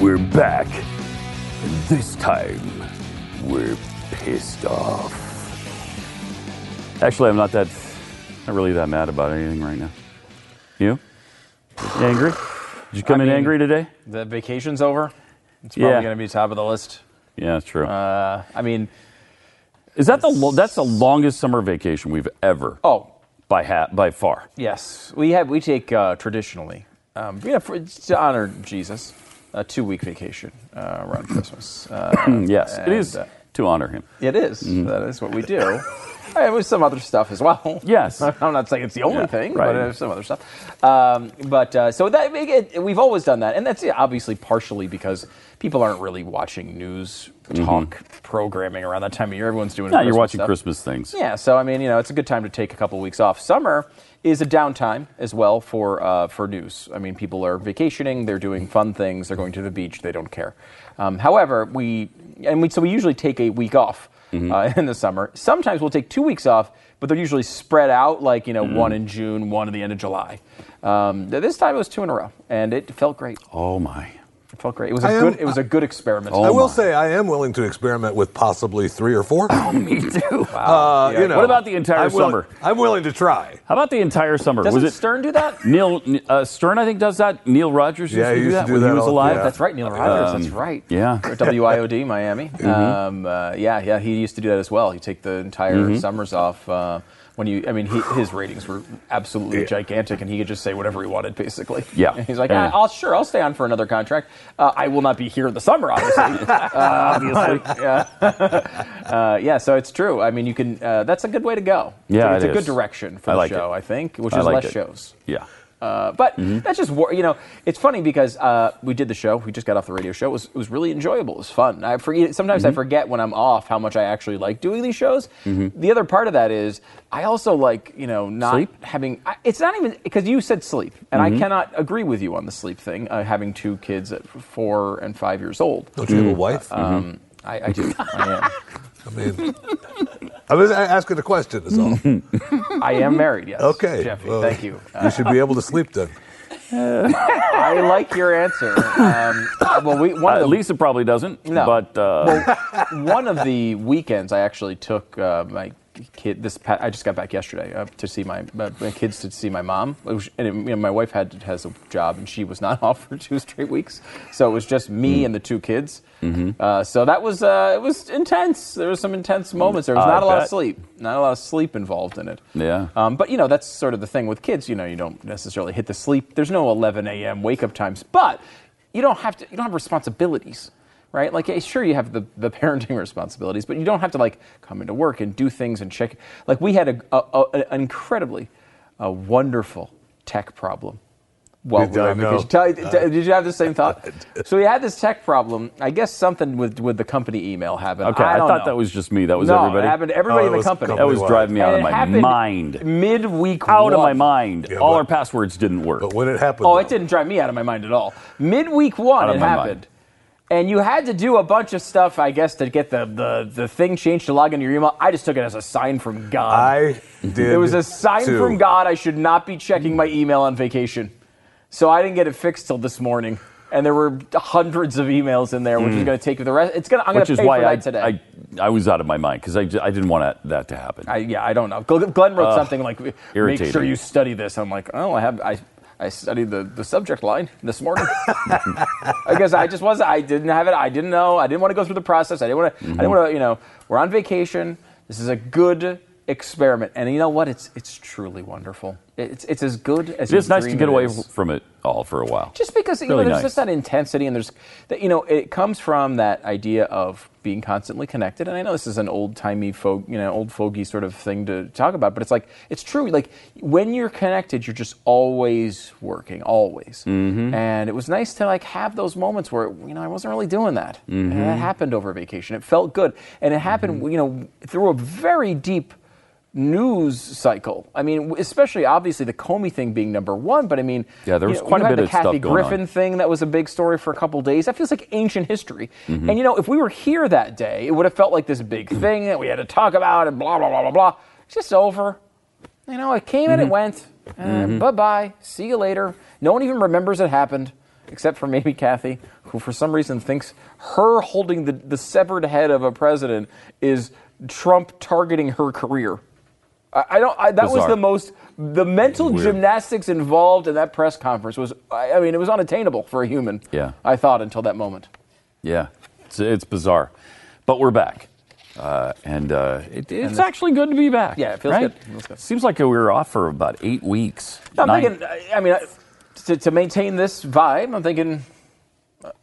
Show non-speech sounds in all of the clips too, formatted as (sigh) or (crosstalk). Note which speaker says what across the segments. Speaker 1: We're back. And This time, we're pissed off. Actually, I'm not that, not really that mad about anything right now. You? You angry? Did you come
Speaker 2: I
Speaker 1: in
Speaker 2: mean-
Speaker 1: angry today?
Speaker 2: The vacation's over. It's probably
Speaker 1: Yeah.
Speaker 2: going to be top of the list.
Speaker 1: Yeah, that's true.
Speaker 2: Uh, I mean,
Speaker 1: Is that the lo- that's the longest summer vacation we've ever
Speaker 2: oh
Speaker 1: by ha- by far?
Speaker 2: yes, we have we take uh, traditionally, um, you know, for, to honor Jesus, a two week vacation uh, around Christmas. Uh,
Speaker 1: Yes, it is
Speaker 2: and, uh,
Speaker 1: to honor him.
Speaker 2: it is.
Speaker 1: Mm-hmm.
Speaker 2: That is what we do. (laughs) I mean, with some other stuff as well.
Speaker 1: Yes.
Speaker 2: (laughs) I'm not saying it's the only
Speaker 1: Yeah,
Speaker 2: thing,
Speaker 1: right.
Speaker 2: but uh, some other stuff. Um, but uh, so that it, we've always done that, and that's obviously partially because people aren't really watching news talk programming around that time of year. Everyone's doing.
Speaker 1: Yeah,
Speaker 2: Christmas
Speaker 1: Mm-hmm. you're watching
Speaker 2: stuff.
Speaker 1: Christmas things.
Speaker 2: Yeah, so I mean, you know, it's a good time to take a couple weeks off. Summer is a downtime as well for uh, for news. I mean, people are vacationing, they're doing fun things, they're going to the beach, they don't care. Um, however, we and we so we usually take a week off
Speaker 1: Mm-hmm.
Speaker 2: uh, in the summer. Sometimes we'll take two weeks off, but they're usually spread out, like you know,
Speaker 1: Mm-hmm.
Speaker 2: one in June, one at the end of July. Um, th- this time it was two in a row, and it felt great.
Speaker 1: Oh my.
Speaker 2: It felt great. It was a
Speaker 3: I am-
Speaker 2: good. it was a good experiment.
Speaker 1: Oh
Speaker 3: I will
Speaker 1: my.
Speaker 3: say I am willing to experiment with possibly three
Speaker 2: (laughs)
Speaker 3: or four.
Speaker 2: Oh,
Speaker 1: Me
Speaker 3: (laughs)
Speaker 1: too.
Speaker 3: Uh, you know,
Speaker 1: What about the entire
Speaker 3: I'm willing-
Speaker 1: summer?
Speaker 3: I'm willing to try.
Speaker 1: How about the entire summer?
Speaker 2: Doesn't
Speaker 1: was it
Speaker 2: Stern do that?
Speaker 1: Neil uh, Stern? I think does that. Neil Rogers used
Speaker 3: Yeah,
Speaker 1: to
Speaker 3: he
Speaker 1: do
Speaker 3: used to
Speaker 1: that
Speaker 3: do
Speaker 1: when
Speaker 3: that
Speaker 1: he was
Speaker 3: all-
Speaker 1: alive.
Speaker 3: yeah.
Speaker 2: That's right, Neil Rogers. that's right.
Speaker 1: yeah.
Speaker 2: (laughs) Or WIOD Miami.
Speaker 1: Mm-hmm.
Speaker 2: Um, uh, yeah, yeah, he used to do that as well. He take the entire
Speaker 1: Mm-hmm.
Speaker 2: summers off. Uh, when you, I mean, he, his ratings were absolutely gigantic, and he could just say whatever he wanted, basically.
Speaker 1: Yeah.
Speaker 2: (laughs) he's like,
Speaker 1: Yeah.
Speaker 2: "Ah, I'll sure, I'll stay on for another contract. Uh, I will not be here in the summer,
Speaker 1: (laughs)
Speaker 2: obviously. uh, obviously, (laughs) yeah. uh, yeah. So it's true. I mean, you can. Uh, that's a good way to go.
Speaker 1: Yeah,
Speaker 2: it's
Speaker 1: it
Speaker 2: a good
Speaker 1: is.
Speaker 2: direction for
Speaker 1: I
Speaker 2: the
Speaker 1: like
Speaker 2: show,
Speaker 1: it.
Speaker 2: I think, which
Speaker 1: I
Speaker 2: is
Speaker 1: like
Speaker 2: less
Speaker 1: it.
Speaker 2: shows.
Speaker 1: Yeah.
Speaker 2: Uh, but
Speaker 3: Mm-hmm.
Speaker 2: that's just war- you know it's funny because uh, we did the show we just got off the radio show it was, it was really enjoyable it was fun I forget, sometimes
Speaker 3: Mm-hmm.
Speaker 2: I forget when I'm off how much I actually like doing these shows
Speaker 3: Mm-hmm.
Speaker 2: the other part of that is I also like you know not
Speaker 1: Sleep?
Speaker 2: having I, it's not even because you said sleep and
Speaker 3: Mm-hmm.
Speaker 2: I cannot agree with you on the sleep thing uh, having two kids at four and five years old
Speaker 3: Don't you Mm-hmm. have a wife?
Speaker 2: um, I, I
Speaker 3: (laughs)
Speaker 2: do I
Speaker 3: I mean, I was asking a question. Is all. you
Speaker 2: am I am married yes
Speaker 3: Okay,
Speaker 2: Mm-hmm. Jeffy
Speaker 3: well,
Speaker 2: thank you Uh,
Speaker 3: should be able to sleep then.
Speaker 2: I like your answer um, well we
Speaker 3: (laughs)
Speaker 2: one
Speaker 1: Uh,
Speaker 2: of the
Speaker 1: Lisa probably doesn't.
Speaker 2: No.
Speaker 1: But uh,
Speaker 2: (laughs) one of the weekends I actually took uh, my kid this pa- I just got back yesterday uh, to see my, my my kids to see my mom It was- and it- you know, my wife had has a job and she was not (laughs) off for two straight weeks so it was just
Speaker 1: Hmm.
Speaker 2: me and the two kids
Speaker 1: Mm-hmm.
Speaker 2: uh, so that was uh, it was intense there was some intense moments there was
Speaker 1: I
Speaker 2: not a lot of
Speaker 1: bet.
Speaker 2: sleep not a lot of sleep involved in it
Speaker 1: Yeah.
Speaker 2: um, but you know that's sort of the thing with kids you know you don't necessarily hit the sleep there's no 11 a.m wake up times but you don't have to you don't have responsibilities right? Like, yeah, sure, you have the, the (laughs) parenting responsibilities, but you don't have to like come into work and do things and check. Like, we had a, a, a an incredibly uh wonderful tech problem. Well,
Speaker 3: Did I know?
Speaker 2: did you have the
Speaker 1: (laughs)
Speaker 2: same thought? So we had this tech problem. I guess something with with the company email happened.
Speaker 1: okay,
Speaker 2: I,
Speaker 1: I,
Speaker 2: don't
Speaker 1: thought
Speaker 2: know.
Speaker 1: that was just me. That was
Speaker 2: no,
Speaker 1: everybody.
Speaker 2: It happened to everybody
Speaker 3: Oh,
Speaker 2: in
Speaker 3: it
Speaker 2: the
Speaker 3: was
Speaker 2: company.
Speaker 1: That
Speaker 3: company.
Speaker 1: was driving me out
Speaker 2: And
Speaker 1: of
Speaker 2: it
Speaker 1: my
Speaker 2: happened
Speaker 1: mind.
Speaker 2: Midweek.
Speaker 1: Out of my
Speaker 2: one.
Speaker 1: mind.
Speaker 3: Yeah,
Speaker 1: All
Speaker 3: but-
Speaker 1: our passwords didn't work.
Speaker 3: But when it happened,
Speaker 2: Oh,
Speaker 3: though,
Speaker 2: it didn't drive me out of my mind at all. Midweek one,
Speaker 1: Out of
Speaker 2: it
Speaker 1: my mind.
Speaker 2: happened. And you had to do a bunch of stuff, I guess, to get the, the, the thing changed to log into your email. I just took it as a sign from God.
Speaker 3: I
Speaker 2: it
Speaker 3: did.
Speaker 2: Mm-hmm. was a sign
Speaker 3: too.
Speaker 2: from God I should not be checking my email on vacation. So I didn't get it fixed till this morning. and there were hundreds of emails in there, which is going to take the rest. It's going. to I'm going
Speaker 1: Hmm. Which
Speaker 2: to
Speaker 1: is
Speaker 2: pay
Speaker 1: why
Speaker 2: for
Speaker 1: I,
Speaker 2: that today.
Speaker 1: I I was out of my mind because I, j- I didn't want that, that to happen.
Speaker 2: I, yeah, I don't know. Gl- Glenn wrote something like, "Make sure
Speaker 1: irritating.
Speaker 2: you study this." I'm like, "Oh, I have I, I studied the, the subject line this
Speaker 1: (laughs)
Speaker 2: morning." I guess I just was I didn't have it. I didn't know. I didn't want to go through the process. I didn't want to.
Speaker 1: Mm-hmm.
Speaker 2: I didn't want to. You know, we're on vacation. This is a good experiment, and you know what? It's it's truly wonderful. It's it's as good as
Speaker 1: it is
Speaker 2: you
Speaker 1: nice to
Speaker 2: dream
Speaker 1: get
Speaker 2: it
Speaker 1: away
Speaker 2: is.
Speaker 1: from it all for a while.
Speaker 2: Just because you
Speaker 1: Really
Speaker 2: know, there's
Speaker 1: nice.
Speaker 2: just that intensity, and there's that you know, it comes from that idea of being constantly connected. And I know this is an old timey folk, you know, old fogey sort of thing to talk about, but it's like it's true. Like when you're connected, you're just always working, always.
Speaker 1: Mm-hmm.
Speaker 2: And it was nice to like have those moments where you know I wasn't really doing that, and
Speaker 1: Mm-hmm.
Speaker 2: that happened over vacation. It felt good, and it happened, you know, through a very deep news cycle. I mean, w- especially obviously the Comey thing being number one, but I mean,
Speaker 1: Yeah, there
Speaker 2: you
Speaker 1: was
Speaker 2: know,
Speaker 1: quite
Speaker 2: you
Speaker 1: a
Speaker 2: had
Speaker 1: bit
Speaker 2: the
Speaker 1: of stuff
Speaker 2: Kathy
Speaker 1: going on.
Speaker 2: Griffin thing that was a big story for a couple days. That feels like ancient history.
Speaker 1: Mm-hmm.
Speaker 2: And you know, if we were here that day, it would have felt like this big thing that we had to talk about and blah blah blah blah blah. It's just over. You know, it came
Speaker 1: Mm-hmm.
Speaker 2: and it went. And Bye bye. See you later. No one even remembers it happened, except for maybe Kathy, who for some reason thinks her holding the, the severed head of a president is Trump targeting her career. I, I don't. I, that was
Speaker 1: Bizarre.
Speaker 2: the most. The mental
Speaker 1: Weird.
Speaker 2: gymnastics involved in that press conference was. I, I mean, it was unattainable for a human.
Speaker 1: Yeah.
Speaker 2: I thought until that moment.
Speaker 1: Yeah, it's, it's bizarre, but we're back, uh, and uh, it, it's actually good to be back.
Speaker 2: Yeah, it feels
Speaker 1: right?
Speaker 2: good. It feels good.
Speaker 1: Seems like we were off for about eight weeks.
Speaker 2: No, I'm
Speaker 1: Nine-
Speaker 2: thinking. I- I mean, I- to, to maintain this vibe, I'm thinking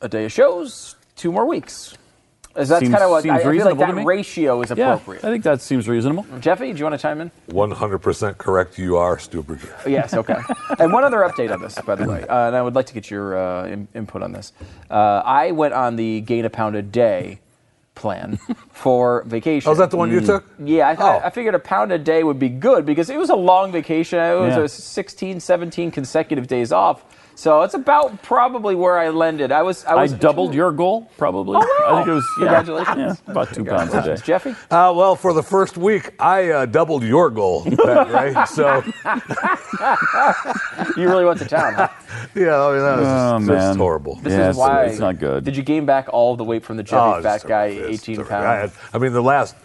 Speaker 2: a day of shows, two more weeks. Is that's
Speaker 1: Seems-
Speaker 2: kind of what I-
Speaker 1: seems
Speaker 2: I, feel like
Speaker 1: reasonable to
Speaker 2: that
Speaker 1: me.
Speaker 2: ratio is
Speaker 1: yeah, Uh,
Speaker 2: appropriate.
Speaker 1: I think that seems reasonable.
Speaker 2: Jeffy, do you want to chime in?
Speaker 3: 100% correct. You are stupid.
Speaker 2: Oh,
Speaker 1: (laughs)
Speaker 2: Yes, okay. and one other update on this, by the way, uh, and I would like to get your uh, in- input on this. Uh, I went on the gain a pound a day
Speaker 1: (laughs)
Speaker 2: plan for vacation.
Speaker 3: Oh, is that the one you took?
Speaker 2: Mm. Yeah, I,
Speaker 3: Oh.
Speaker 2: I, I figured a pound a day would be good because it was a long vacation. It was
Speaker 1: Yeah.
Speaker 2: a 16, 17 consecutive days off. So it's about probably where I landed. I was I
Speaker 1: I
Speaker 2: was
Speaker 1: doubled your goal, probably. I think it was yeah,
Speaker 2: Congratulations.
Speaker 1: yeah, (laughs) about two pounds a day.
Speaker 2: (laughs) Jeffy.
Speaker 3: Uh, well, for the first week, I uh, doubled
Speaker 2: (laughs)
Speaker 3: your goal, Pat, right? So,
Speaker 2: You really went to town.
Speaker 1: (laughs)
Speaker 2: Huh?
Speaker 3: yeah, I mean, that was just,
Speaker 1: Oh,
Speaker 3: it's just
Speaker 1: man.
Speaker 3: horrible.
Speaker 2: This
Speaker 1: Yeah,
Speaker 2: is
Speaker 1: it's-
Speaker 2: why
Speaker 1: it's not good.
Speaker 2: Did you gain back all the weight from the Jeffy
Speaker 3: Oh, it's
Speaker 2: fat
Speaker 3: terrific.
Speaker 2: guy,
Speaker 3: It's
Speaker 2: 18
Speaker 3: terrific.
Speaker 2: pounds?
Speaker 3: I, had, I mean, the last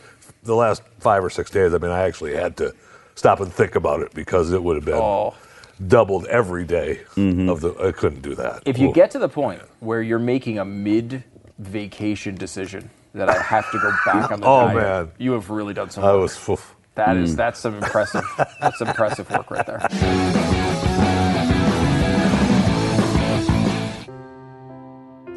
Speaker 3: the last five or six days, I mean, I actually had to stop and think about it because it would have been
Speaker 2: Oh. Mm-hmm.
Speaker 3: doubled every day of the. I couldn't do that.
Speaker 2: If you
Speaker 3: Ooh.
Speaker 2: get to the point where you're making a mid vacation decision that I have to go back on the
Speaker 3: (laughs) Oh,
Speaker 2: diet,
Speaker 3: man.
Speaker 2: you have really done some
Speaker 3: I
Speaker 2: work.
Speaker 3: was. Oof.
Speaker 2: That
Speaker 1: Mm.
Speaker 2: is- that's some impressive that's impressive work right there.